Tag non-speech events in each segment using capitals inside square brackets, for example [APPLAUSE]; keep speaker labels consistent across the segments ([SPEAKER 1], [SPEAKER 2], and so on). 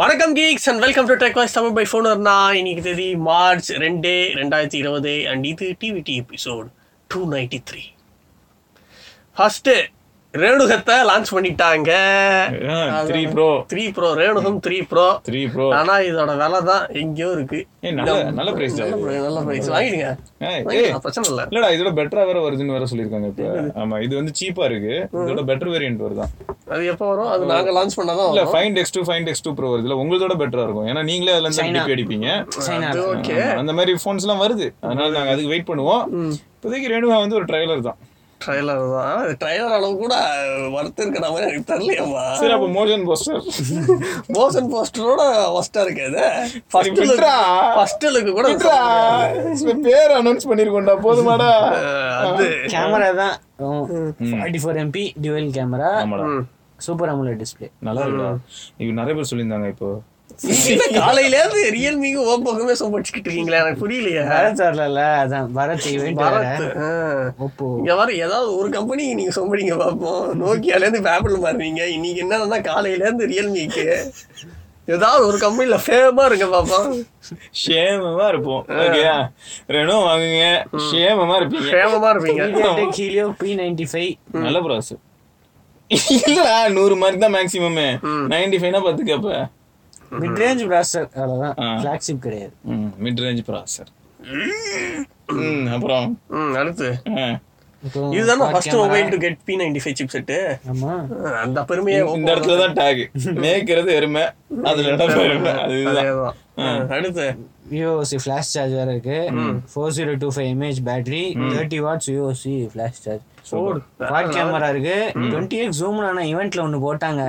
[SPEAKER 1] வணக்கம் geeks and welcome to tech voice Tamil by ஃபோனர்னா இன்னைக்கு தேதி மார்ச் ரெண்டு ரெண்டாயிரத்தி இருபது அண்ட் இது டிவிடி episode two ninety three first ரேணுகத்தை லான்ச் பண்ணிட்டாங்க
[SPEAKER 2] த்ரீ ப்ரோ
[SPEAKER 1] த்ரீ ப்ரோ ரேணுகம் த்ரீ ப்ரோ
[SPEAKER 2] த்ரீ ப்ரோ
[SPEAKER 1] ஆனா இதோட விலை தான் எங்கேயோ இருக்கு
[SPEAKER 2] ஏய், நல்ல- நல்ல price தான்
[SPEAKER 1] நல்ல
[SPEAKER 2] இது.
[SPEAKER 1] price, நல்ல பிரைஸ் வாங்கிடுங்க
[SPEAKER 2] ஏய்,
[SPEAKER 1] வாங்கிடுங்க, பிரச்சனை இல்லை
[SPEAKER 2] இல்லடா இதோட பெட்டரா வேற வருதுன்னு வேற சொல்லிருக்காங்க இப்ப ஆமா இது வந்து சீப்பா இருக்கு இதோட பெட்டர் வேரியன்ட் வருதான்
[SPEAKER 1] அது எப்போ வரும் அது நாங்க லான்ச் பண்ணாதான்
[SPEAKER 2] இல்ல
[SPEAKER 1] வரும்.
[SPEAKER 2] Find X two find X two pro வருது இல்ல உங்களதோட பெட்டரா இருக்கும் ஏன்னா நீங்களே அதுல இருந்து டிபி அடிப்பீங்க
[SPEAKER 1] அது ஓகே
[SPEAKER 2] ஆமா, அந்த மாதிரி ஃபோன்ஸ் எல்லாம் வருது அதனால நாங்க அதுக்கு வெயிட் பண்ணுவோம் இப்போதைக்கு ரேணுகா வந்து ஒரு ட்ரைலர் தான்
[SPEAKER 1] ட்ரைலர் தான் ட்ரைலர் அளவு கூட வறுத்து இருக்கிற மாதிரி எனக்கு தெரியலையம்மா
[SPEAKER 2] சரி அப்ப மோஷன் [LAUGHS] போஸ்டர்
[SPEAKER 1] மோஷன் போஸ்டரோட ஒஸ்டா இருக்கு அது ஃபர்ஸ்ட் லுக்
[SPEAKER 2] விட்றா.
[SPEAKER 1] ஃபர்ஸ்ட் லுக் கூட
[SPEAKER 2] பேர் அனௌன்ஸ் பண்ணிருக்கோம்டா போதுமாடா
[SPEAKER 1] அஹ் அது
[SPEAKER 3] கேமரா தான் forty four MP dual camera
[SPEAKER 2] ஆமாடா
[SPEAKER 3] சூப்பர் அமுலோ டிஸ்பிளே
[SPEAKER 2] நல்லா இருக்குடா இது நிறைய பேர் சொல்லியிருந்தாங்க இப்போ
[SPEAKER 1] என்ன காலையில இருந்து ரியல்மிக்கு ஓ பக்கமே சம்பாதிச்சுக்கிட்டு இருக்கீங்களா எனக்கு புரியலையே
[SPEAKER 3] பரத் வரல அதான் பரத் ஈவெண்ட்
[SPEAKER 1] பாரத் அஹ்.
[SPEAKER 3] ஓப்போ
[SPEAKER 1] இங்க வர ஏதாவது ஒரு கம்பெனி நீங்க சொம்படிங்க பார்ப்போம் நோக்கியால இருந்து பேப்பிள் மாறுறீங்க இன்னைக்கு என்னன்னா காலையில இருந்து ரியல்மிக்கு ஏதாவது ஒரு கம்பெனில ஃபேமா இருங்க பார்ப்போம்
[SPEAKER 2] சேமமா இருப்போம் ஓகேயா ரெனோ வாங்குங்க சேமமா இருப்பீங்க
[SPEAKER 1] ஃபேமமா இருப்பீங்க
[SPEAKER 3] MediaTek Helio P ninety five
[SPEAKER 2] நல்ல ப்ராசு இல்லடா நூறு மார்க் தான் மேக்ஸிமமே நைன்டி ஃபைவ்னா பத்துக்கு அப்ப
[SPEAKER 3] மிட் ரேஞ்ச் பிளாஸ்டர் அவ்வளோதான் ஃபிளாக்ஷிப் கிடையாது
[SPEAKER 2] மிட் ரேஞ்ச் ப்ராசர் அப்புறம்
[SPEAKER 1] ம் அடுத்து
[SPEAKER 2] ஆ.
[SPEAKER 3] இப்போ
[SPEAKER 1] இதுதானே first mobile to get P ninety five chip set
[SPEAKER 3] ஆமா
[SPEAKER 1] அந்த பெருமையை
[SPEAKER 2] இந்த இடத்துல தான் டேக் மேய்க்கிறது எருமை அதுல இடம் எருமை அதுதான்
[SPEAKER 1] அதேதான். ம், அடுத்து
[SPEAKER 3] யூஓசி ஃபிளாஷ் சார்ஜ் வேற இருக்கு four zero two five mAh battery thirty watts யூஓசி flash charge quad camera இருக்கு டுவெண்ட்டி எக்ஸ் ஜூம் ஆனா ஈவெண்ட்ல ஒன்னு போட்டாங்க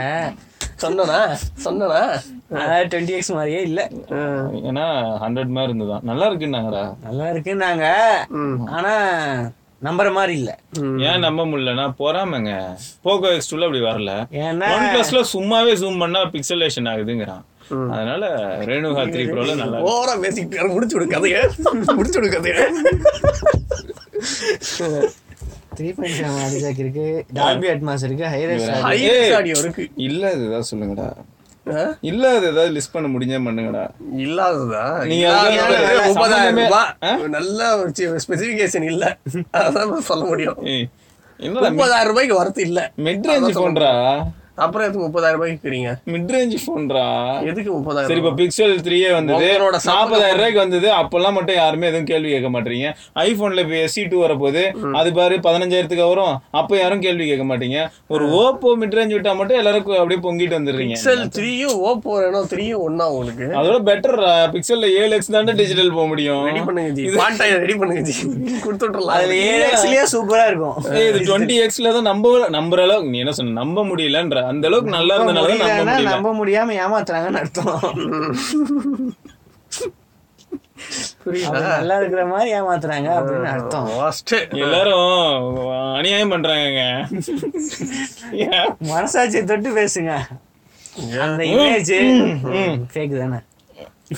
[SPEAKER 1] சொன்னனா சொன்னனா
[SPEAKER 3] அதாவது டுவெண்ட்டி எக்ஸ் மாதிரியே இல்ல
[SPEAKER 2] ஏன்னா ஹண்ட்ரட் மாதிரி இருந்ததுதான் நல்லா இருக்குன்னாங்கடா
[SPEAKER 3] நல்லா இருக்குன்னாங்க ஆனா நம்புற மாதிரி இல்ல
[SPEAKER 2] ஏன் நம்ப முடியலன்னா பொறாமைங்க போகோ எக்ஸ் டூல அப்படி வரல
[SPEAKER 3] ஏன்னா
[SPEAKER 2] ஒன் பிளஸ்ல சும்மாவே ஜூம் பண்ணா பிக்சலேஷன் ஆகுதுங்கிறான் அதனால ரேணுகா த்ரீ ப்ரோல நல்லா இருக்கு.
[SPEAKER 1] ஓவரா பேசிக்கிட்டு இருக்காரு. முடிச்சு விடு கதையை முடிச்சு விடு கதையை
[SPEAKER 3] த்ரீ பாயிண்ட் செவன் அடிஜாக் [LAUGHS] இருக்கு டால்பி அட்மாஸ் இருக்கு ஹைரஸ்
[SPEAKER 1] ஹைரஸ் ஆடியோ இருக்கு
[SPEAKER 2] இல்ல அது ஏதாவது சொல்லுங்கடா
[SPEAKER 1] ஆ?
[SPEAKER 2] இல்ல அது ஏதாவது லிஸ்ட் பண்ண முடிஞ்சா பண்ணுங்கடா
[SPEAKER 1] இல்லாததா
[SPEAKER 2] நீங்க
[SPEAKER 1] இல்லாதது
[SPEAKER 2] அதுக்கு
[SPEAKER 1] ஒரு
[SPEAKER 2] சம்பந்தமே-
[SPEAKER 1] முப்பதாயிரம்
[SPEAKER 2] ஆ?
[SPEAKER 1] ரூபாய் நல்ல ஸ்பெசிபிகேஷன் இல்ல அதான் நான் சொல்ல முடியும்
[SPEAKER 2] ஏய், என்னடா
[SPEAKER 1] முப்பதாயிரம் ரூபாய்க்கு வரது இல்ல
[SPEAKER 2] மிட் ரேஞ்ச் போன்றா
[SPEAKER 1] அப்புறம் எதுக்கு முப்பதாயிரம் ரூபாய்க்கு இருக்கிறீங்க
[SPEAKER 2] மிட் ரேஞ்ச் போன்றா
[SPEAKER 1] எதுக்கு
[SPEAKER 2] சரி
[SPEAKER 1] முப்பதாயிரம்
[SPEAKER 2] இப்ப பிக்சல் த்ரீயே வந்தது
[SPEAKER 1] உங்களோட சம்பளம்
[SPEAKER 2] நாற்பதாயிரம் ரூபாய்க்கு வந்தது அப்பெல்லாம் மட்டும் யாருமே எதுவும் கேள்வி கேட்க மாட்டீங்க ஐபோன்ல இப்ப எஸ்சி டூ வரப்போகுது அது பாரு பதினஞ்சாயிரத்துக்கு வரும் அப்ப யாரும் கேள்வி கேட்க மாட்டீங்க ஒரு ஓப்போ மிட் ரேஞ்ச் விட்டா மட்டும் எல்லாரும் கு- அப்படியே பொங்கிட்டு வந்துடுறீங்க
[SPEAKER 1] பிக்சல் த்ரீயும் ஓப்போ ரெனோ த்ரீயும் ஒன்னா உங்களுக்கு
[SPEAKER 2] அதோட பெட்டர் பிக்சல்ல ஏழு எக்ஸ் தாண்டா டிஜிட்டல் போக முடியும்
[SPEAKER 1] ரெடி பண்ணுங்க ஜி பாண்டாய ரெடி பண்ணுங்க ஜி கொடுத்து விட்டுறலாம்
[SPEAKER 3] அதுல ஏழு சூப்பரா இருக்கும்
[SPEAKER 2] ஏய், இது டுவெண்ட்டி எக்ஸ்ல தான் நம்ப நம்புற அளவுக்கு நீ என்ன சொன்ன நம்ப முடியலன்ற அந்த அளவுக்கு நல்லா இருந்தனால தான் நம்ப
[SPEAKER 3] முடியலன்னா
[SPEAKER 2] முடியல
[SPEAKER 3] நம்ப முடியாம ஏமாத்துறாங்கன்னு அர்த்தம் [LAUGHS]
[SPEAKER 1] புரியுதா
[SPEAKER 3] அவங்க நல்லா இருக்கிற மாதிரி ஏமாத்துறாங்க அப்படின்னு அர்த்தம்
[SPEAKER 1] worst.
[SPEAKER 2] எல்லாரும் அநியாயம்
[SPEAKER 3] [LAUGHS]
[SPEAKER 2] பண்றாங்கங்க Yeah.
[SPEAKER 3] மனசாட்சியை தொட்டு பேசுங்க அந்த இமேஜ் ஃபேக் தானே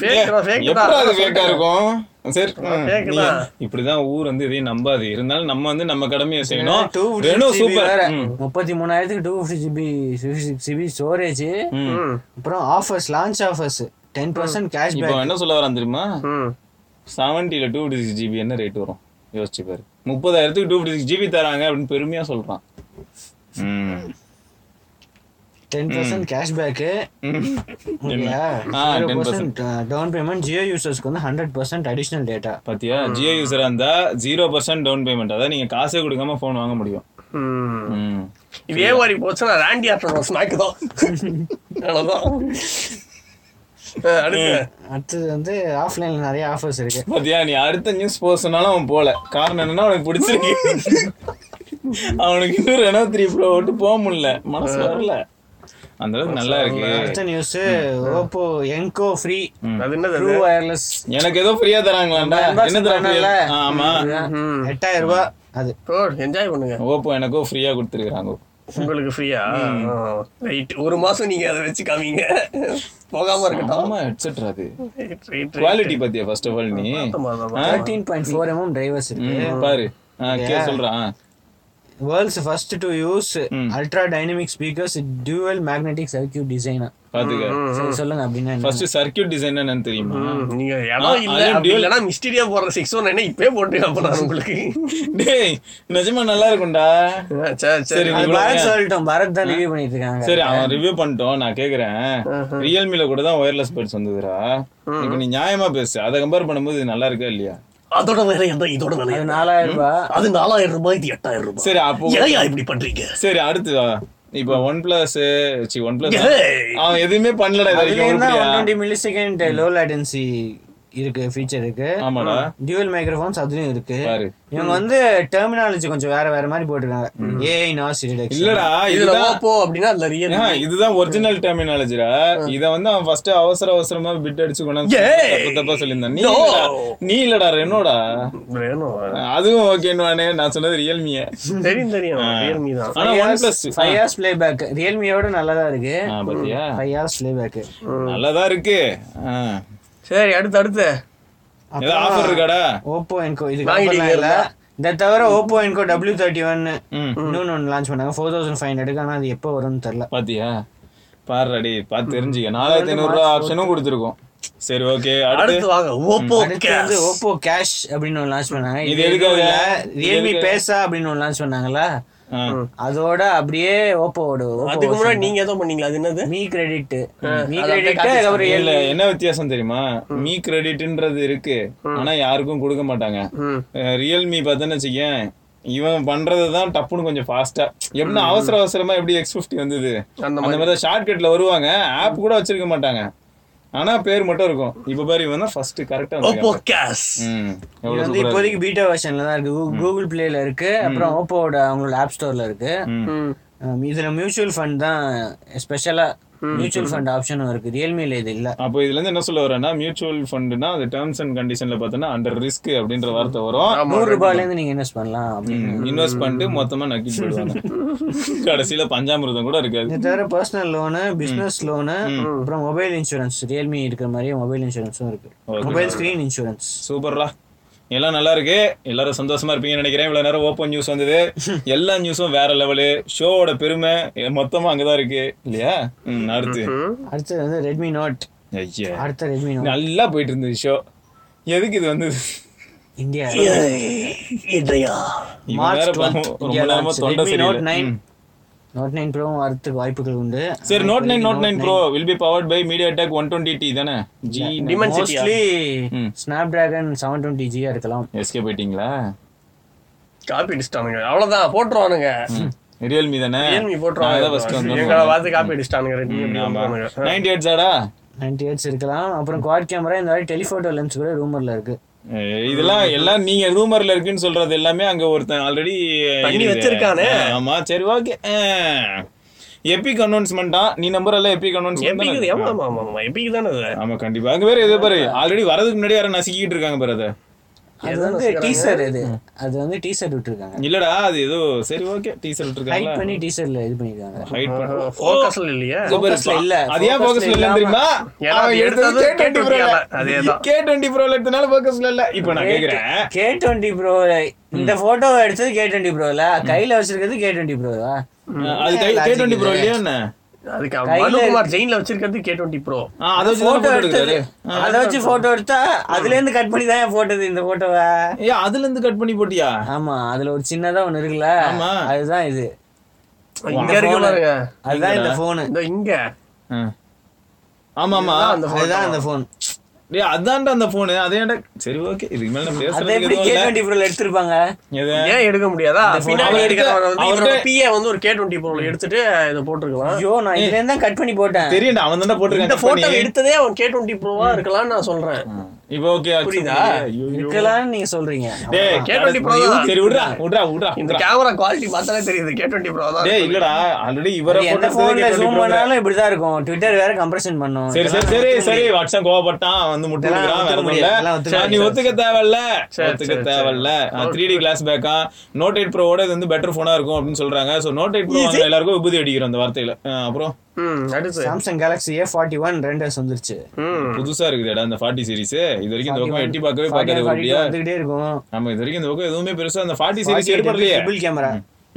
[SPEAKER 1] Fake தான், fake
[SPEAKER 2] எப்படா
[SPEAKER 1] தான்.
[SPEAKER 2] அது fake ஆ இருக்கும் சரி ம்,
[SPEAKER 1] fake
[SPEAKER 2] நீ-
[SPEAKER 1] தான்.
[SPEAKER 2] இப்படிதான் ஊர் வந்து இதையும் நம்பாது இருந்தாலும் நம்ம வந்து நம்ம கடமையை செய்யணும்
[SPEAKER 3] டூ
[SPEAKER 2] ரெனோ
[SPEAKER 3] ஜிபி வேற
[SPEAKER 2] சூப்பர்
[SPEAKER 3] முப்பத்தி மூணாயிரத்துக்கு டூ ஃபிஃப்டி ஜிபி சிபி ஸ்டோரேஜ்
[SPEAKER 1] ம்,
[SPEAKER 3] அப்புறம் offers launch offers ten percent cash
[SPEAKER 2] இப்போ என்ன சொல்ல வரான் தெரியுமா
[SPEAKER 1] ம்.
[SPEAKER 2] செவன்ட்டில டூ ஃபிஃப்டி சிக்ஸ் ஜிபி என்ன ரேட் வரும் யோசிச்சு பாரு முப்பதாயிரத்துக்கு டூ ஃபிஃப்டி சிக்ஸ் ஜிபி தராங்க அப்படின்னு பெருமையா சொல்றான் ம்.
[SPEAKER 3] டென் பர்சன்ட் கேஷ்பேக்கு
[SPEAKER 2] ம்.
[SPEAKER 3] ஓகேயா
[SPEAKER 2] Hmm. ஆ,
[SPEAKER 3] zero
[SPEAKER 2] 10%
[SPEAKER 3] percent down payment Jio யூசர்ஸ்க்கு வந்து ஹண்ட்ரட் பர்சன்ட் அடிஷ்னல் டேட்டா
[SPEAKER 2] பாத்தியா ஜியோ யூசரா இருந்தா ஜீரோ பர்சன்ட் டவுன் பேமெண்ட் அதான் நீங்க காசே கொடுக்காம போன் வாங்க முடியும்
[SPEAKER 1] ம்.
[SPEAKER 2] ம்.
[SPEAKER 1] இதே மாதிரி போச்சுன்னா ராண்டி ஆர்டனோட ஸ்நாக் தான் அவ்வளவுதான். ஆ, அடுத்து
[SPEAKER 3] அடுத்தது வந்து ஆஃப்லைனில் நிறைய ஆஃபர்ஸ் இருக்கு
[SPEAKER 2] பாத்தியா நீ அடுத்த நியூஸ் போஸ்ட்னாலும் அவன் போல காரணம் என்னன்னா அவனுக்கு பிடிச்சிருக்கு அவனுக்கு இன்னும் ரெனோ த்ரீ ப்ரோ விட்டு போக முடியல மனசு வரல அந்த அளவுக்கு நல்லா இருக்கு
[SPEAKER 3] அடுத்த நியூஸ் ஓப்போ என்கோ ஃப்ரீ
[SPEAKER 1] அது என்னது அது?
[SPEAKER 3] ட்ரூ வயர்லெஸ்
[SPEAKER 2] எனக்கு ஏதோ ஃப்ரீயா தராங்களாண்டா என்ன தராங்க ஆமா
[SPEAKER 3] எட்டாயிரம் ரூபாய் அது
[SPEAKER 1] ஓ, enjoy பண்ணுங்க
[SPEAKER 2] ஓப்போ எனக்கோ ஃப்ரீயா கொடுத்துருக்காங்க
[SPEAKER 1] உங்களுக்கு ஃப்ரீயா ரைட் ஒரு மாசம் நீங்க அதை வச்சு காமிங்க போகாம இருக்கட்டும்
[SPEAKER 2] ஆமா ஹெட்செட் அது
[SPEAKER 1] Right, right, right.
[SPEAKER 2] குவாலிட்டி பாத்தியா ஃபர்ஸ்ட் ஆஃப் ஆல் நீ
[SPEAKER 1] ஆமா, ஆமா.
[SPEAKER 2] ஆ?
[SPEAKER 3] Thirteen point four mm drivers இருக்கு
[SPEAKER 2] ம், பாரு ஆ, கே சொல்றான்
[SPEAKER 3] world's first to use ultra dynamic speakers dual magnetic circuit designer
[SPEAKER 2] பாத்துக்க
[SPEAKER 3] சொல்லுங்க அப்படின்னா என்ன?
[SPEAKER 2] ஃபர்ஸ்ட் சர்க்கியூட் டிசைன் என்னன்னு தெரியுமா
[SPEAKER 1] நீங்க இடம் இல்ல
[SPEAKER 2] அதுவும்
[SPEAKER 1] அப்படி
[SPEAKER 2] dual-
[SPEAKER 1] இல்லைன்னா மிஸ்டீரியா போடுற சிக்ஸ் ஒன் என்ன இப்பயே போட்டு அப்புறம் உங்களுக்கு
[SPEAKER 2] டேய் நிஜமா நல்லா இருக்கும்டா
[SPEAKER 1] சரி சரி
[SPEAKER 2] சரி
[SPEAKER 3] அது
[SPEAKER 2] நீ
[SPEAKER 3] பாரத் சொல்லிட்டோம் பாரத் தான் ரிவ்யூ பண்ணிட்டு இருக்காங்க
[SPEAKER 2] சரி அவன் ரிவ்யூ பண்ணிட்டோம் நான் கேக்குறேன் ரியல்மில கூட தான் ஒயர்லெஸ் பேட்ஸ் வந்ததுடா இப்போ நீ நியாயமா பேசு அதை கம்பேர் பண்ணும்போது இது நல்லா இருக்கா இல்லையா
[SPEAKER 1] அதோட வேலை என்ன இதோட வேலை
[SPEAKER 3] அது
[SPEAKER 1] என்ன?
[SPEAKER 3] நாலாயிரம் ரூபாய்
[SPEAKER 1] அது நாலாயிரம் ரூபாய் இது எட்டாயிரம் ரூபாய்
[SPEAKER 2] சரி அப்போ
[SPEAKER 1] ஏயா இப்படி பண்றீங்க
[SPEAKER 2] சரி அடுத்து வா. இப்போ one plus C one plus
[SPEAKER 1] ஏய்,
[SPEAKER 2] அவன் எதுவுமே பண்ணலடா இது வரைக்கும்
[SPEAKER 3] இதுலயும் தான் ஒன்
[SPEAKER 2] உருப்படியா?
[SPEAKER 3] Twenty milli second low latency இருக்கு ஃபீச்சர் இருக்கு
[SPEAKER 2] ஆமாடா
[SPEAKER 3] டியூவல் மைக்ரோஃபோன்ஸ் அதுலயும் இருக்கு
[SPEAKER 2] பாரு
[SPEAKER 3] இவங்க வந்து டெர்மினாலஜி கொஞ்சம் வேற வேற மாதிரி போட்டிருக்காங்க ஏஐ நாய்ஸ் ரிடக்ஷன்
[SPEAKER 2] இல்லடா
[SPEAKER 1] இதுல
[SPEAKER 2] இதுதான்
[SPEAKER 1] ஓப்போ அப்படின்னா அதுல ரியல்
[SPEAKER 2] ஆஹா, இதுதான் ஒரிஜினல் டெர்மினாலஜிடா இத வந்து அவன் ஃபர்ஸ்ட் அவசர அவசரமா பிட் அடிச்சு கொண்டாந்து
[SPEAKER 1] ஏய்.
[SPEAKER 2] தப்பு தப்பா சொல்லியிருந்தான் நீ
[SPEAKER 1] No.
[SPEAKER 2] இல்லடா நீ இல்லடா ரெனோடா
[SPEAKER 1] வேணும்
[SPEAKER 2] அதுவும் ஓகேன்னு நான் சொன்னது ரியல்மிய
[SPEAKER 1] தெரியும் தெரியும் ரியல்மி தான்
[SPEAKER 2] ஆனா one plus
[SPEAKER 3] five hours play back ரியல்மியோட நல்லா தான் இருக்கு
[SPEAKER 2] பாத்தியா
[SPEAKER 3] ஃபைவ் ஹார்ஸ் பிளே பேக்கு
[SPEAKER 2] நல்லதா இருக்கு ஆ.
[SPEAKER 1] சரி அடுத்து அடுத்து
[SPEAKER 2] ஏதோ ஆஃபர் இருக்காடா
[SPEAKER 3] ஓப்போ என்கோ இது
[SPEAKER 1] வாங்கிட்டு
[SPEAKER 3] இல்ல
[SPEAKER 1] இருக்கீங்களா?
[SPEAKER 3] இதை தவிர Oppo Enco W thirty one
[SPEAKER 2] ம்.
[SPEAKER 3] இன்னொன்னு ஒன்று லான்ச் பண்ணாங்க ஃபோர் தௌசண்ட் ஃபைவ் ஹண்ட்ரடுக்கு ஆனால் அது எப்போ வரும்னு தெரில
[SPEAKER 2] பாத்தியா பாருடி பார்த்து தெரிஞ்சுக்க நாலாயிரத்தி ஐநூறு ரூபா ஆப்ஷனும் கொடுத்துருக்கோம் சரி ஓகே அடுத்து
[SPEAKER 1] அடுத்து வாங்க ஓப்போ
[SPEAKER 3] அடுத்து வந்து ஓப்போ கேஷ் அப்படின்னு ஒன்று லான்ச் பண்ணாங்க
[SPEAKER 2] இது
[SPEAKER 3] இது
[SPEAKER 2] எதுக்காக?
[SPEAKER 3] எதுக்காக
[SPEAKER 2] இது
[SPEAKER 3] ரியல்மி பேசா அப்படின்னு ஒன்று லான்ச் பண்ணாங்கல்ல
[SPEAKER 2] ஆ.
[SPEAKER 3] அதோட அப்படியே ஓப்போவோட ஓப்போ
[SPEAKER 1] அதுக்கு முன்னாடி நீங்க ஏதோ பண்ணீங்களா அது என்னது
[SPEAKER 3] மீ கிரெடிட் மீ
[SPEAKER 1] அது அப்படியே
[SPEAKER 3] கிரெடிட் அதுக்கப்புறம்
[SPEAKER 2] இல்ல என்ன வித்தியாசம் தெரியுமா மீ கிரெடிட்ன்றது இருக்கு ஆனா யாருக்கும் கொடுக்க மாட்டாங்க ரியல்மி பார்த்தேன்னு வச்சுக்கேன் இவன் பண்றது தான் டப்புன்னு கொஞ்சம் ஃபாஸ்டா எப்படின்னா அவசர அவசரமா எப்படி எக்ஸ் ஃபிஃப்டி வந்தது
[SPEAKER 1] அந்த
[SPEAKER 2] அந்த மாதிரி தான் ஷார்ட்கட்ல வருவாங்க ஆப் கூட வச்சிருக்க மாட்டாங்க ஆனா பேர் மட்டும் இருக்கும் இப்ப பாரு இவன் தான் ஃபர்ஸ்ட் கரெக்டா
[SPEAKER 1] ஓப்போ கேஷ்
[SPEAKER 2] ம் எவ்வளவு
[SPEAKER 3] இது வந்து
[SPEAKER 2] சூப்பரா இருக்கு.
[SPEAKER 3] இப்போதைக்கு பீட்டா வெர்ஷன்ல தான் இருக்கு கூ- கூகுள் பிளேல இருக்கு அப்புறம் ஓப்போவோட அவங்களோட ஆப் ஸ்டோர்ல இருக்கு
[SPEAKER 2] ம்.
[SPEAKER 3] ஹம், இதுல மியூச்சுவல் ஃபண்ட் தான் ஸ்பெஷலா மியூச்சுவல் ஃபண்ட் ஆப்ஷனும் இருக்கு ரியல்மில இது இல்ல
[SPEAKER 2] அப்போ இதுல இருந்து என்ன சொல்ல வரேன்னா மியூச்சுவல் ஃபண்டுனா அது டேர்ம்ஸ் அண்ட் கண்டிஷன்ல பார்த்தோன்னா அண்டர் ரிஸ்க் அப்படின்ற வார்த்தை வரும்
[SPEAKER 3] நூறு ரூபாயில இருந்து நீங்க இன்வெஸ்ட் பண்ணலாம் அப்படின்னு
[SPEAKER 2] இன்வெஸ்ட் பண்ணிட்டு மொத்தமா நக்கி போயிடுவாங்க கடைசியில பஞ்சாமிர்தம் கூட இருக்காது
[SPEAKER 3] இதை தவிர பர்சனல் லோனு பிசினஸ் லோனு அப்புறம் மொபைல் இன்சூரன்ஸ் ரியல்மி இருக்கிற மாதிரியே மொபைல் இன்சூரன்ஸும் இருக்கு மொபைல் ஸ்கிரீன் இன்சூரன்ஸ்
[SPEAKER 2] சூப்பர்ரா எல்லாம் நல்லா இருக்கு எல்லாரும் சந்தோஷமா இருப்பீங்கன்னு நினைக்கிறேன் இவ்வளவு நேரம் ஓப்பன் நியூஸ் வந்தது எல்லா நியூஸும் வேற லெவலு ஷோவோட பெருமை மொத்தமா அங்கதான் இருக்கு இல்லையா ம், அடுத்து
[SPEAKER 3] அடுத்தது வந்து ரெட்மி நோட்
[SPEAKER 2] ஐயா
[SPEAKER 3] அடுத்த ரெட்மி நோட்
[SPEAKER 2] நல்லா போயிட்டு இருந்தது ஷோ எதுக்கு இது வந்து
[SPEAKER 3] இந்தியா
[SPEAKER 1] இதையா
[SPEAKER 2] இவ்வளவு
[SPEAKER 3] மார்ச்
[SPEAKER 2] நேரம் பாவம், ரொம்ப நேரமா தொண்டை
[SPEAKER 3] ரெட்மி நோட்
[SPEAKER 2] சரியில்லை.
[SPEAKER 3] நைன் நோட் நைன் ப்ரோ வரத்துக்கு வாய்ப்புகள் உண்டு
[SPEAKER 2] சரி note nine note nine pro will be powered by MediaTek one twenty T தானே ஜி
[SPEAKER 1] டிமன் சிட்டியா
[SPEAKER 3] mostly Snapdragon seven twenty ஜியா இருக்கலாம்
[SPEAKER 2] எஸ்கே போயிட்டீங்களா
[SPEAKER 1] காப்பி அடிச்சிட்டானுங்க அவ்வளவுதான் போட்டுருவானுங்க
[SPEAKER 2] ரியல்மி தானே
[SPEAKER 1] ரியல்மி
[SPEAKER 2] நான் தான் first
[SPEAKER 1] போட்டுருவாங்க
[SPEAKER 2] வந்தோம்.
[SPEAKER 1] எங்களை பார்த்து காப்பி அடிச்சிட்டானுங்க ரெண்டு
[SPEAKER 2] ஆமா
[SPEAKER 1] பேரும்
[SPEAKER 2] நைன்டி எயிட்ஸாடா
[SPEAKER 3] நைன்டி எயிட்ஸ் இருக்கலாம் அப்புறம் குவாட் கேமரா இந்த மாதிரி டெலிஃபோட்டோ லென்ஸ் கூட ரூமர்ல இருக்கு
[SPEAKER 2] இதெல்லாம் எல்லாம் நீங்க ரூமர்ல இருக்குன்னு சொல்றது எல்லாமே அங்க ஒருத்தன் ஆல்ரெடி
[SPEAKER 1] பண்ணி வச்சிருக்கானே.
[SPEAKER 2] ஆமா சரி ஓகே எபிக் அனௌன்ஸ்மெண்டா நீ நம்பர் எல்லாம் எபிக் அனௌன்ஸ்மெண்ட்
[SPEAKER 1] எபிக் ஆமா ஆமா ஆமா, ஆமா எபிக் தானே அது
[SPEAKER 2] ஆமா கண்டிப்பா அங்க வேற இது பாரு ஆல்ரெடி வரதுக்கு முன்னாடி யாரும் நசுக்கிட்டு இருக்காங்க பாரு அதை
[SPEAKER 3] அது வந்து டீசர் இது அது வந்து டீசர் விட்டுருக்காங்க
[SPEAKER 2] இல்லடா அது ஏதோ சரி ஓகே டீசர்ட்
[SPEAKER 3] ஹைட்
[SPEAKER 2] இருக்காங்களா
[SPEAKER 3] பண்ணி டீசர்ல இது பண்ணிருக்காங்க
[SPEAKER 2] ஹைட் பண்ண
[SPEAKER 1] ஃபோக்கஸ்ல இல்லையா
[SPEAKER 2] இது பாரு,
[SPEAKER 3] Focusல இல்ல.
[SPEAKER 2] அது ஏன்
[SPEAKER 3] Focusல
[SPEAKER 2] focusல இல்லைன்னு தெரியுமா?
[SPEAKER 1] ஏன்னா
[SPEAKER 2] அவன்
[SPEAKER 1] அது
[SPEAKER 2] எடுத்தது
[SPEAKER 1] எடுத்தது
[SPEAKER 2] K20 Pro ல.
[SPEAKER 1] K20 அதேதான்.
[SPEAKER 2] K20 Pro ல எடுத்தனால focusல இல்ல. இப்ப நான் கேக்குறேன்.
[SPEAKER 3] K twenty pro
[SPEAKER 2] Hmm.
[SPEAKER 3] இந்த போட்டோ எடுத்தது கே டுவெண்ட்டி ப்ரோல கையில வச்சிருக்கிறது கே டுவெண்ட்டி ப்ரோவா
[SPEAKER 2] அது கை- K20 Pro இல்லையா என்ன?
[SPEAKER 1] அதுக்கு அவன் மனுகுமார் ஜெயின்ல வச்சிருக்கிறது கே டுவெண்ட்டி ப்ரோ
[SPEAKER 2] ஆ, அதை வச்சு தானே
[SPEAKER 3] போட்டோ
[SPEAKER 2] photo
[SPEAKER 3] எடுத்தது
[SPEAKER 2] எடுக்கிறாரு.
[SPEAKER 3] அதை வச்சு போட்டோ எடுத்தா அதுல இருந்து கட் பண்ணி தான் போட்டது இந்த போட்டோவை
[SPEAKER 2] ஏய், அதுல இருந்து cut பண்ணி போட்டியா?
[SPEAKER 3] ஆமா அதுல ஒரு சின்னதா ஒண்ணு இருக்குல்ல
[SPEAKER 2] ஆமா.
[SPEAKER 3] அதுதான் இது
[SPEAKER 1] இங்க இருக்கு பாருங்க
[SPEAKER 3] அதுதான் இந்த போனு
[SPEAKER 1] இந்த இங்க
[SPEAKER 2] ஆமா, ஆமா.
[SPEAKER 1] அந்த
[SPEAKER 3] அதுதான் அந்த போன்
[SPEAKER 2] டேய், அதான்டா அந்த phone. அது ஏன்டா? சரி, okay. இதுக்கு மேல நம்ம
[SPEAKER 3] அதை
[SPEAKER 2] பேசுறதுக்கு
[SPEAKER 3] எப்படி
[SPEAKER 2] எதுவும்
[SPEAKER 3] கே
[SPEAKER 2] இல்ல.
[SPEAKER 3] டுவெண்ட்டி ப்ரோல எடுத்திருப்பாங்க
[SPEAKER 2] எது?
[SPEAKER 1] ஏன் எடுக்க முடியாதா பின்னாடி
[SPEAKER 2] அவர்ட்ட-
[SPEAKER 1] எடுக்கிறவங்க வந்து இவரோட
[SPEAKER 2] அவர்ட்ட-
[SPEAKER 1] பிஏ வந்து ஒரு கே டுவெண்ட்டி ப்ரோல எடுத்துட்டு இதை போட்டிருக்கலாம்
[SPEAKER 3] ஐயோ நான் இதுல இருந்து தான் கட் பண்ணி போட்டேன்
[SPEAKER 2] தெரியும்டா, அவன் தான்டா போட்டிருக்கான்
[SPEAKER 1] இந்த
[SPEAKER 2] cut
[SPEAKER 1] போட்டோ
[SPEAKER 2] பண்ணி.
[SPEAKER 1] எடுத்ததே அவன் கே டுவெண்ட்டி ப்ரோவா இருக்கலாம்னு நான் சொல்றேன்
[SPEAKER 2] இப்ப okay, accept
[SPEAKER 1] புரியுதா?
[SPEAKER 2] பண்ணியா? ஐயோ.
[SPEAKER 3] இருக்கலாம்னு நீங்க சொல்றீங்க
[SPEAKER 2] டேய்,
[SPEAKER 1] K20 Pro தான்.
[SPEAKER 2] சரி, விட்றா, விட்றா, விட்றா,
[SPEAKER 1] இந்த
[SPEAKER 2] விட்றா.
[SPEAKER 1] கேமரா குவாலிட்டி பார்த்தாலே தெரியுது கே டுவெண்ட்டி ப்ரோ தான்
[SPEAKER 2] டேய், இல்லடா, already இவரை
[SPEAKER 3] அது
[SPEAKER 2] photo
[SPEAKER 3] எந்த
[SPEAKER 2] எடுத்ததே
[SPEAKER 3] போன்ல
[SPEAKER 2] K20
[SPEAKER 3] ஜூம்
[SPEAKER 2] Pro ல.
[SPEAKER 3] பண்ணாலும் இப்படிதான் இருக்கும் ட்விட்டர் வேற கம்ப்ரஷன் பண்ணும்
[SPEAKER 2] சரி சரி சரி சரி வாட்ஸ்அப் கோவப்பட்டான் வந்து முட்டு
[SPEAKER 3] இதெல்லாம்
[SPEAKER 2] கொடுக்குறான் வேற
[SPEAKER 3] ஒத்துக்க
[SPEAKER 2] ஒண்ணும்
[SPEAKER 3] முடியாது. இதெல்லாம்
[SPEAKER 2] இல்ல
[SPEAKER 3] ஒத்துக்க
[SPEAKER 2] சரி, நீ ஒத்துக்க தேவையில்ல
[SPEAKER 1] சரி,
[SPEAKER 2] ஒத்துக்க
[SPEAKER 1] சரி,
[SPEAKER 2] தேவையில்ல த்ரீ டி கிளாஸ் பேக்கா நோட் எயிட் ப்ரோவோட இது வந்து பெட்டர் போனா இருக்கும் அப்படின்னு சொல்றாங்க சோ நோட் எயிட் ப்ரோ எல்லாருக்கும் விபூதி அடிக்கிறோம் அந்த வார்த்தையில ஆ, அப்புறம்
[SPEAKER 1] ம் அடுத்து
[SPEAKER 3] Samsung Galaxy A forty one renders வந்துருச்சு
[SPEAKER 1] ம்
[SPEAKER 2] புதுசா இருக்குதுடா இந்த ஃபார்ட்டி சீரிஸ் இது வரைக்கும் இந்த பக்கம்
[SPEAKER 3] 41
[SPEAKER 2] எட்டி பார்க்கவே
[SPEAKER 3] 41
[SPEAKER 2] பார்க்காத
[SPEAKER 3] 42
[SPEAKER 2] அப்படியா
[SPEAKER 3] வந்துகிட்டே இருக்கும்
[SPEAKER 2] ஆமா இது வரைக்கும் இந்த பக்கம் எதுவுமே பெருசா அந்த ஃபார்ட்டி சீரிஸ் எடுப்படலையே
[SPEAKER 3] ட்ரிபிள் கேமரா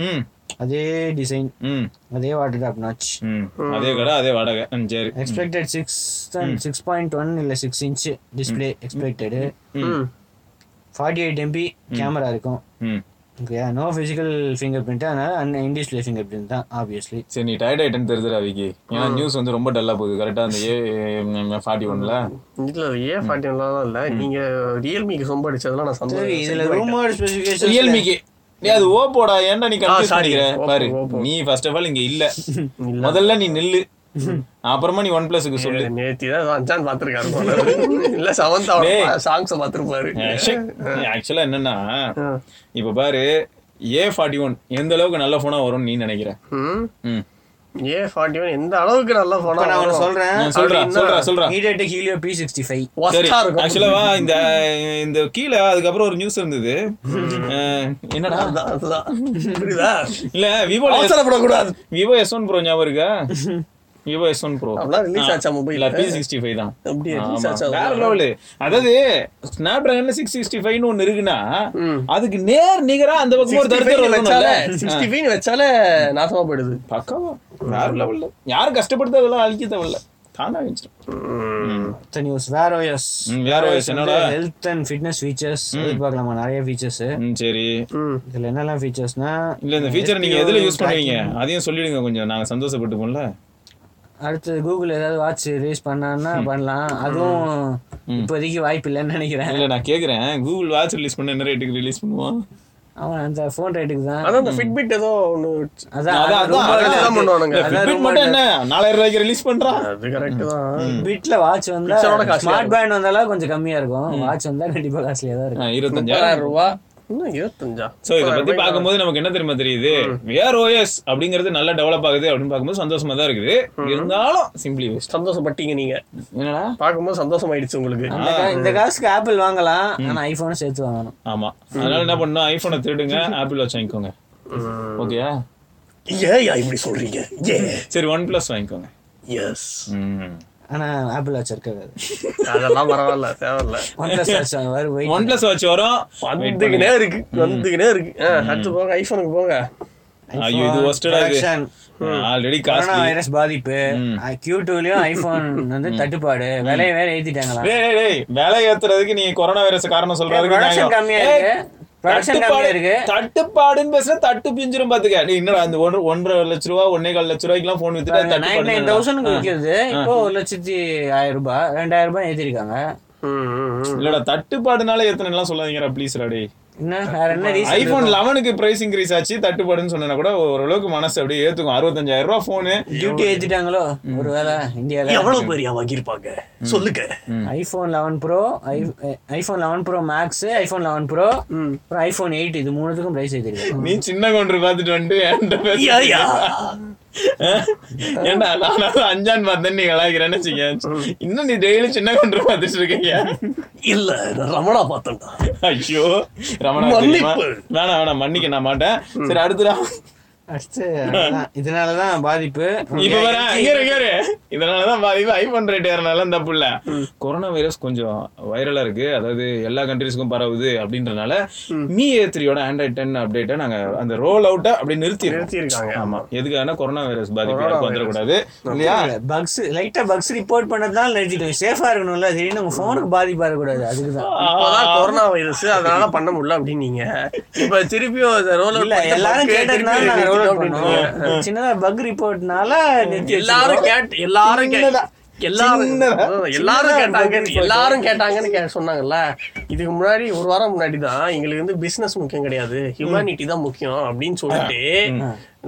[SPEAKER 2] ம்
[SPEAKER 3] அதே டிசைன்
[SPEAKER 2] ம்
[SPEAKER 3] அதே வாட்டர் டாப் நாச்
[SPEAKER 2] ம் அதே கடை அதே வாடகை ம் சரி
[SPEAKER 3] expected six six point one இல்லை சிக்ஸ் இன்ச் டிஸ்பிளே எக்ஸ்பெக்டடு
[SPEAKER 1] ம்
[SPEAKER 3] ஃபார்ட்டி எயிட் எம்பி கேமரா இருக்கும்
[SPEAKER 2] ம்
[SPEAKER 3] ஓகேயா நோ ஃபிசிக்கல் ஃபிங்கர் பிரிண்ட் அதனால இன்டிஸ்பிளே ஃபிங்கர் பிரிண்ட் தான் ஆப்வியஸ்லி
[SPEAKER 2] சரி நீ டயர்ட் ஆயிட்டேன்னு தெரிஞ்சுடா விக்கி ஏன்னா நியூஸ் வந்து ரொம்ப டல்லா போகுது கரெக்டா அந்த ஏ ஃபார்ட்டி ஒன்ல
[SPEAKER 1] இல்ல அது ஏ ஃபார்ட்டி ஒன்லாம் இல்ல நீங்க ரியல்மிக்கு சொம்ப அடிச்சதெல்லாம் நான்
[SPEAKER 3] சரி
[SPEAKER 1] சந்தோஷம்
[SPEAKER 3] இதுல ரூமர் ஸ்பெசிஃபிகேஷன்
[SPEAKER 2] ரியல்மிக்கு நீ அது ஓப்போடா ஏன்டா நீ கன்ஃபியூஸ்
[SPEAKER 1] sorry.
[SPEAKER 2] பண்ணிக்கிற
[SPEAKER 1] Oppo,
[SPEAKER 2] பாரு
[SPEAKER 1] Oppo.
[SPEAKER 2] நீ ஃபர்ஸ்ட் ஆஃப் ஆல் இங்க
[SPEAKER 1] [LAUGHS]
[SPEAKER 2] இல்ல முதல்ல நீ நில்லு அப்புறமா நீ ஒன் பிளஸ்க்கு சொல்லு
[SPEAKER 1] நேத்தி தான் அஞ்சான் பாத்திருக்காரு போல இருக்கு. இல்ல செவன்த் சாங்ஸ் பாத்திருப்பாரு
[SPEAKER 2] ஆக்சுவலா என்னன்னா இப்ப பாரு ஏ ஃபார்ட்டி ஒன் எந்த அளவுக்கு நல்ல போனா வரும்னு நீ நினைக்கிற
[SPEAKER 1] ம்
[SPEAKER 2] ம்.
[SPEAKER 1] ஏ ஃபார்ட்டி ஒன் எந்த அளவுக்கு நல்லா போனா
[SPEAKER 3] நான் ஒன்று சொல்றேன்
[SPEAKER 2] நான் சொல்றேன் சொல்றேன் சொல்றேன்
[SPEAKER 3] ஹீடெட் ஹீலியோ பி சிக்ஸ்டி ஃபைவ்
[SPEAKER 2] சரி
[SPEAKER 1] ஒஸ்டா இருக்கும்
[SPEAKER 2] ஆக்சுவலாவா இந்த இந்த கீழே அதுக்கப்புறம் ஒரு நியூஸ் இருந்தது அஹ், என்னடா
[SPEAKER 1] அதான், அதுதான். [LAUGHS] புரியுதா
[SPEAKER 2] இல்ல விவோ
[SPEAKER 1] அவசரப்படக்கூடாது
[SPEAKER 2] விவோ எஸ் ஒன் ப்ரோ ஞாபகம் இருக்கா விவோ எஸ் ஒன் ப்ரோ
[SPEAKER 1] அப்படிலாம் release ஆச்சா mobile?
[SPEAKER 2] இல்ல பி சிக்ஸ்டி ஃபைவ் தான்
[SPEAKER 1] அப்படியே
[SPEAKER 2] ஆமா.
[SPEAKER 1] release ஆச்சா?
[SPEAKER 2] வேற லெவலு அதாவது ஸ்னாப் டிராகன்ல சிக்ஸ் சிக்ஸ்டி ஃபைவ்னு ஒன்னு இருக்குன்னா
[SPEAKER 1] ம்.
[SPEAKER 2] அதுக்கு நேர் நிகரா அந்த பக்கம் ஒரு
[SPEAKER 1] 65
[SPEAKER 2] தருத்தர்
[SPEAKER 1] வச்சாலே,
[SPEAKER 2] இருக்கணும்ல
[SPEAKER 1] 65 வச்சாலே நாசமா போயிடுது
[SPEAKER 2] பக்காவா வேற லெவல்ல யாரும் கஷ்டப்படுத்த அதெல்லாம் அழிக்க தேவையில்ல தானா வச்சிடும்
[SPEAKER 3] அத்தனை யூஸ் வேற ஓஎஸ்
[SPEAKER 2] ம், Wear OS என்னடா?
[SPEAKER 3] ஹெல்த் அண்ட் ஃபிட்னஸ் ஃபீச்சர்ஸ் எதிர்பார்க்கலாமா நிறைய ஃபீச்சர்ஸ்
[SPEAKER 2] ம் சரி
[SPEAKER 1] ம்.
[SPEAKER 3] இதுல என்னெல்லாம் ஃபீச்சர்ஸ்னா
[SPEAKER 2] இல்ல இந்த ஃபீச்சர் நீங்க எதுல யூஸ் பண்ணுவீங்க அதையும் சொல்லிடுங்க கொஞ்சம் நாங்க சந்தோஷப்பட்டுப்போம்ல
[SPEAKER 3] அடுத்து கூகுள் ஏதாவது வாட்ச் ரிலீஸ் பண்ணான்னா பண்ணலாம் அதுவும் இப்போதைக்கு வாய்ப்பு இல்லைன்னு நினைக்கிறேன்
[SPEAKER 2] இல்ல நான் கேக்குறேன் கூகுள் வாட்ச் ரிலீஸ் பண்ண என்ன ரேட்டுக்கு ரிலீஸ் பண்ணுவோம்
[SPEAKER 3] அவன் அந்த ஃபோன் ரேட்டுக்கு தான்
[SPEAKER 1] அதான் அந்த ஃபிட்பிட் ஏதோ ஒண்ணு வச்சு-
[SPEAKER 3] அதான்
[SPEAKER 2] அதான்,
[SPEAKER 3] அது ரொம்ப
[SPEAKER 2] அதான்,
[SPEAKER 3] rate
[SPEAKER 1] அதான் பண்ணுவானுங்க.
[SPEAKER 3] அதான்
[SPEAKER 2] Fitbit
[SPEAKER 3] ரொம்ப
[SPEAKER 2] மட்டும் என்ன நாலாயிரம் ரூபாய்க்கு ரிலீஸ் பண்றான்
[SPEAKER 1] அது கரெக்ட் தான்
[SPEAKER 3] பிட்ல வாட்ச் வந்தா
[SPEAKER 1] Picture ஓட காஸ்ட்லியா
[SPEAKER 3] ஸ்மார்ட் பேண்ட் வந்தாலும் கொஞ்சம் கம்மியா இருக்கும் வாட்ச் வந்தா கண்டிப்பா காஸ்ட்லியா தான் இருக்கும்
[SPEAKER 2] ஆ, இருபத்தஞ்சாயிரம்
[SPEAKER 1] முப்பதாயிரம் ரூபா இன்னும் இருபத்தஞ்சா
[SPEAKER 2] சோ இத பத்தி
[SPEAKER 3] uh,
[SPEAKER 2] பார்க்கும்போது நமக்கு என்ன தெரியுமா தெரியுது வேர் ஓஎஸ் அப்படிங்கிறது நல்லா டெவலப் ஆகுது அப்படின்னு பார்க்கும்போது சந்தோஷமா தான் இருக்குது இருந்தாலும் சிம்பிளி வேஸ்ட்
[SPEAKER 1] சந்தோஷப்பட்டீங்க நீங்க
[SPEAKER 2] என்னடா
[SPEAKER 1] பார்க்கும்போது சந்தோஷம் ஆயிடுச்சு உங்களுக்கு
[SPEAKER 3] இந்த கா- இந்த காசுக்கு ஆப்பிள் வாங்கலாம் ஆனா ஐபோனும் சேர்த்து வாங்கணும்
[SPEAKER 2] ஆமா அதனால என்ன பண்ணணும் ஐபோனை திருடுங்க ஆப்பிள் வாட்ச் வாங்கிக்கோங்க ஓகேயா
[SPEAKER 1] ஏயா இப்படி சொல்றீங்க ஏ
[SPEAKER 2] சரி ஒன் பிளஸ் வாங்கிக்கோங்க
[SPEAKER 1] எஸ்
[SPEAKER 3] ஆனா ஆப்பிள் வாட்ச் இருக்காது
[SPEAKER 1] அதெல்லாம் பரவாயில்ல தேவையில்ல
[SPEAKER 3] ஒன் பிளஸ்
[SPEAKER 2] [LAUGHS]
[SPEAKER 3] வாட்ச் வரும் வெயிட்
[SPEAKER 2] ஒன் பிளஸ் வாட்ச் வரும் Wait பண்ணுங்க.
[SPEAKER 1] வந்துக்கினே இருக்கு வந்துக்கினே இருக்கு ஆ, அடுத்து போங்க ஐபோனுக்கு போங்க
[SPEAKER 2] ஐயோ இது ஒஸ்டடா இருக்கு ஆல்ரெடி
[SPEAKER 3] கொரோனா
[SPEAKER 2] காஸ்ட்லி
[SPEAKER 3] வைரஸ் பாதிப்பு கியூ டூலயும் ஐபோன் வந்து தட்டுப்பாடு விலையை வேற ஏத்திட்டாங்களா
[SPEAKER 2] டேய் டேய், டேய் வேலை ஏத்துறதுக்கு நீ கொரோனா வைரஸ் காரணம் சொல்றதுக்கு
[SPEAKER 3] ப்ரொடக்ஷன்
[SPEAKER 2] நியாயம்.
[SPEAKER 3] கம்மியா
[SPEAKER 2] ஏய்,
[SPEAKER 3] இருக்கு ப்ரொடக்ஷன் கம்மியா இருக்கு
[SPEAKER 2] தட்டுப்பாடு- தட்டுப்பாடுன்னு பேசுனா தட்டு பிஞ்சிரும் பாத்துக்க நீ என்னடா அந்த ஒன்று ஒன்றரை லட்ச ரூபா ஒன்னே கால் லட்ச ரூபாய்க்கு எல்லாம் போன் வித்துட்டு அது
[SPEAKER 3] நைன் நைன்
[SPEAKER 2] தட்டுப்பாடுன்னு
[SPEAKER 3] தௌசண்ட் விற்கிறது இப்போ ஒரு லட்சத்தி ஆயிரம் ரூபாய் ரெண்டாயிரம் ரூபாய் ஏத்திருக்காங்க
[SPEAKER 1] ம், ம், ம்.
[SPEAKER 2] இல்லடா தட்டுப்பாடுனால எத்தனை எல்லாம் சொல்லாதீங்கடா ப்ளீஸ் ராடி
[SPEAKER 3] என்ன வேற என்ன ரீசன்
[SPEAKER 2] ஐபோன் லெவனுக்கு பிரைஸ் இன்க்ரீஸ் ஆச்சு தட்டுப்பாடுன்னு சொன்னா கூட ஓரளவுக்கு மனசு அப்படியே ஏத்துக்கும் அறுபத்தஞ்சாயிரம் ரூபா போனு
[SPEAKER 3] டியூட்டி ஏத்திட்டாங்களோ ஒருவேளை இந்தியால
[SPEAKER 1] எவ்வளவு பேர் வாங்கியிருப்பாங்க சொல்லுங்க
[SPEAKER 3] iPhone eleven bro iPhone eleven bro maths iPhone eleven bro அப்புறம் ஐபோன் எயிட் இது மூணுத்துக்கும் பிரைஸ் ஏத்திருக்காங்க
[SPEAKER 2] நீ சின்ன கவுண்டர் பாத்துட்டு வந்துட்டு என்கிட்ட பேச-
[SPEAKER 1] ஏயா
[SPEAKER 2] ஏன்டா நான் அதான் அஞ்சான் பார்த்தேன் நீ கலாய்க்கிறேன்னு வச்சுக்க இன்னும் நீ டெய்லி சின்ன கவுண்டர் பாத்துட்டு இருக்கீங்க
[SPEAKER 1] இல்ல நான் ரமணா பார்த்தேன்டா
[SPEAKER 2] ஐயோ ரமணா தெரியுமா?
[SPEAKER 1] மன்னிப்பு.
[SPEAKER 2] வேணாம் வேணாம் மன்னிக்க நான் மாட்டேன் சரி அடுத்துடா
[SPEAKER 3] அடுத்து அதான். இதனாலதான் பாதிப்பு
[SPEAKER 2] இப்ப வர இங்கரு இங்கரு இதனாலதான் பாதிப்பு ஐபோன் ரேட் ஏறனால தப்பு இல்ல கொரோனா வைரஸ் கொஞ்சம் வைரலா இருக்கு அதாவது எல்லா கண்ட்ரீஸ்க்கும் பரவுது அப்படின்றனால மீ ஏ த்ரீயோட ஆண்ட்ராய்ட் டென் அப்டேட்டை நாங்க அந்த ரோல் அவுட்டை அப்படி நிறுத்தி
[SPEAKER 1] நிறுத்தியிருக்காங்க.
[SPEAKER 2] ஆமா எதுக்காகனா கொரோனா வைரஸ் பாதிப்பு யாருக்கும் வந்துடக்கூடாது இல்லையா
[SPEAKER 3] பக்ஸ் லைட்டா பக்ஸ் ரிப்போர்ட் பண்ணதுனால நிறுத்திக்கணும் சேஃபா இருக்கணும்ல திடீர்னு உங்க போனுக்கு பாதிப்பா இருக்கக்கூடாது அதுக்குதான்
[SPEAKER 1] இப்போதான் கொரோனா வைரஸ் அதனால பண்ண முடியல அப்படின்னீங்க இப்ப திருப்பியும் இந்த roll out
[SPEAKER 3] இல்ல
[SPEAKER 1] பண்ண
[SPEAKER 3] எல்லாரும்
[SPEAKER 1] பக்கு
[SPEAKER 3] கேட்டதுனால
[SPEAKER 1] திருப்பி
[SPEAKER 3] நாங்க roll out
[SPEAKER 1] அப்படின்னு
[SPEAKER 3] பண்ணோம். சின்னதா பக் ரிப்போர்ட்னால நிறுத்தி
[SPEAKER 1] எல்லாரும் கேட் எல்லாரும் கே- எல்லாரும்
[SPEAKER 2] சின்னதா.
[SPEAKER 1] அதான், எல்லாரும்
[SPEAKER 3] சின்னதா
[SPEAKER 1] கேட்டாங்க
[SPEAKER 3] கோவில் கோட்டை.
[SPEAKER 1] எல்லாரும் கேட்டாங்கன்னு கே சொன்னாங்கல்ல இதுக்கு முன்னாடி ஒரு வாரம் முன்னாடி தான் எங்களுக்கு வந்து பிசினஸ் முக்கியம் கிடையாது ஹியூமனிட்டி தான் முக்கியம் அப்படின்னு சொல்லிட்டு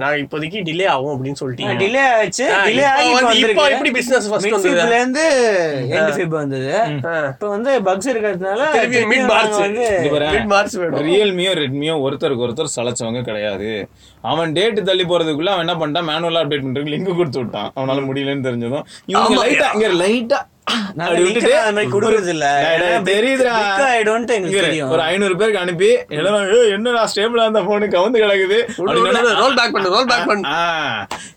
[SPEAKER 1] நாங்க இப்போதைக்கு டிலே ஆகும் அப்படின்னு சொல்லிட்டீங்க
[SPEAKER 3] டிலே ஆச்சு
[SPEAKER 1] ஆ,
[SPEAKER 3] டிலே
[SPEAKER 1] இப்போ
[SPEAKER 3] ஆகி
[SPEAKER 1] வந்து- இப்போ
[SPEAKER 3] இப்போ
[SPEAKER 1] எப்படி
[SPEAKER 3] எப்படி
[SPEAKER 1] business first வந்தது?
[SPEAKER 3] மிட்ஃபீல்ட்ல இருந்து எண்ட் ஃபீப் வந்தது இப்போ வந்து பக்ஸ் இருக்கிறதுனால
[SPEAKER 1] திருப்பி
[SPEAKER 3] திருப்பி
[SPEAKER 1] mid
[SPEAKER 3] நாங்க
[SPEAKER 1] March.
[SPEAKER 3] வந்து
[SPEAKER 2] இது பாரேன்.
[SPEAKER 1] Mid March வேணும்.
[SPEAKER 2] ரியல்மியோ ரெட்மியோ ஒருத்தருக்கு ஒருத்தர் சளைச்சவங்க கிடையாது அவன் டேட் தள்ளி போறதுக்குள்ள அவன் என்ன பண்ணிட்டான் மேனுவலா அப்டேட் பண்றதுக்கு லிங்க் கொடுத்து விட்டான் அவனால முடியலன்னு தெரிஞ்சதும் இவங்க
[SPEAKER 1] ஆமாய்யா.
[SPEAKER 2] லைட்டா இங்க லைட்டா
[SPEAKER 3] நாங்க
[SPEAKER 2] அப்படி
[SPEAKER 3] link எல்லாம் அந்த மாதிரி கொடுக்கறது இல்ல.
[SPEAKER 2] டேய், டேய்,
[SPEAKER 3] ஏன்னா
[SPEAKER 2] தெரியுதுடா.
[SPEAKER 3] brick ஆயிடும்ன்ட்டு எனக்கு
[SPEAKER 2] இவரு,
[SPEAKER 3] தெரியும்.
[SPEAKER 2] ஒரு ஐநூறு பேருக்கு அனுப்பி என்னடா ஏய், என்னடா ஸ்டேபிளா இருந்த போனு கவுந்து கிடக்குது அப்படின்னு சொன்னா,
[SPEAKER 1] ரோல் பேக் பண்ணு ரோல் பேக் பண்ணு
[SPEAKER 2] ஆ,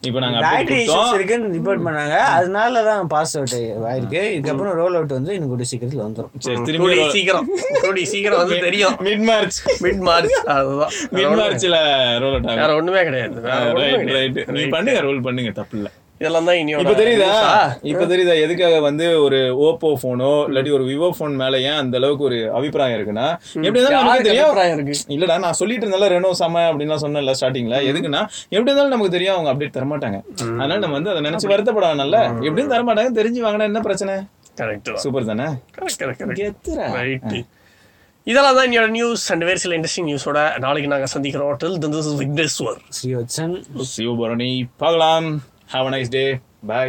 [SPEAKER 2] இப்போ நாங்க update
[SPEAKER 3] Battery issues
[SPEAKER 2] கொடுத்தோம்.
[SPEAKER 3] இருக்குன்னு report பண்ணாங்க அதனால தான் pass out ஆயிருக்கு இதுக்கப்புறம் roll out வந்து இன்னும் கூடிய சீக்கிரத்துல வந்துரும்
[SPEAKER 2] சரி திரும்பி
[SPEAKER 1] கூடி சீக்கிரம் கூடி சீக்கிரம்
[SPEAKER 2] [LAUGHS]
[SPEAKER 1] வந்து தெரியும்
[SPEAKER 2] மிட்
[SPEAKER 3] [LAUGHS]
[SPEAKER 2] மார்ச்
[SPEAKER 1] மிட் மார்ச் அதுதான்
[SPEAKER 2] மிட் மார்ச்ல ரோல் அவுட்
[SPEAKER 1] வேற
[SPEAKER 2] ஆகும்
[SPEAKER 1] ஒண்ணுமே கிடையாது வேற ஒண்ணுமே
[SPEAKER 2] ரைட்
[SPEAKER 1] கிடையாது.
[SPEAKER 2] ரைட் நீ பண்ணுங்க ரோல் பண்ணுங்க தப்பு இல்ல
[SPEAKER 1] இதெல்லாம் தான் இனியோட
[SPEAKER 2] இப்ப தெரியுதா
[SPEAKER 1] news ஆ?
[SPEAKER 2] இப்ப தெரியுதா எதுக்காக வந்து ஒரு ஓப்போ போனோ இல்லாட்டி ஒரு விவோ போன் மேல ஏன் அந்த அளவுக்கு ஒரு அபிப்பிராயம் இருக்குன்னா எப்படி இருந்தாலும் நமக்கு
[SPEAKER 1] யாருக்கு
[SPEAKER 2] தெரியும்
[SPEAKER 1] அபிப்பிராயம் இருக்கு
[SPEAKER 2] இல்லடா நான் சொல்லிட்டு இருந்தால ரெனோ சம அப்படின்லாம் சொன்னேன்ல ஸ்டார்டிங்ல எதுக்குன்னா எப்படி இருந்தாலும் நமக்கு தெரியும் அவங்க அப்டேட் தரமாட்டாங்க அதனால நம்ம வந்து அதை நினைச்சு வருத்தப்படாதனால எப்படியும் தரமாட்டாங்க தெரிஞ்சு வாங்கினா என்ன பிரச்சனை
[SPEAKER 1] கரெக்ட்
[SPEAKER 2] சூப்பர் தானே
[SPEAKER 1] கரெக்ட் கரெக்ட் கரெக்ட்
[SPEAKER 2] கெத்துறா
[SPEAKER 1] ரைட் இதெல்லாம் தான் என்னோட நியூஸ் அண்ட் வேறு சில இன்ட்ரெஸ்டிங் நியூஸோட நாளைக்கு நாங்க சந்திக்கிறோம் till this is Vigneshwar
[SPEAKER 3] Srivatsan
[SPEAKER 2] Sivabharani பார்க்கலாம் have a nice day bye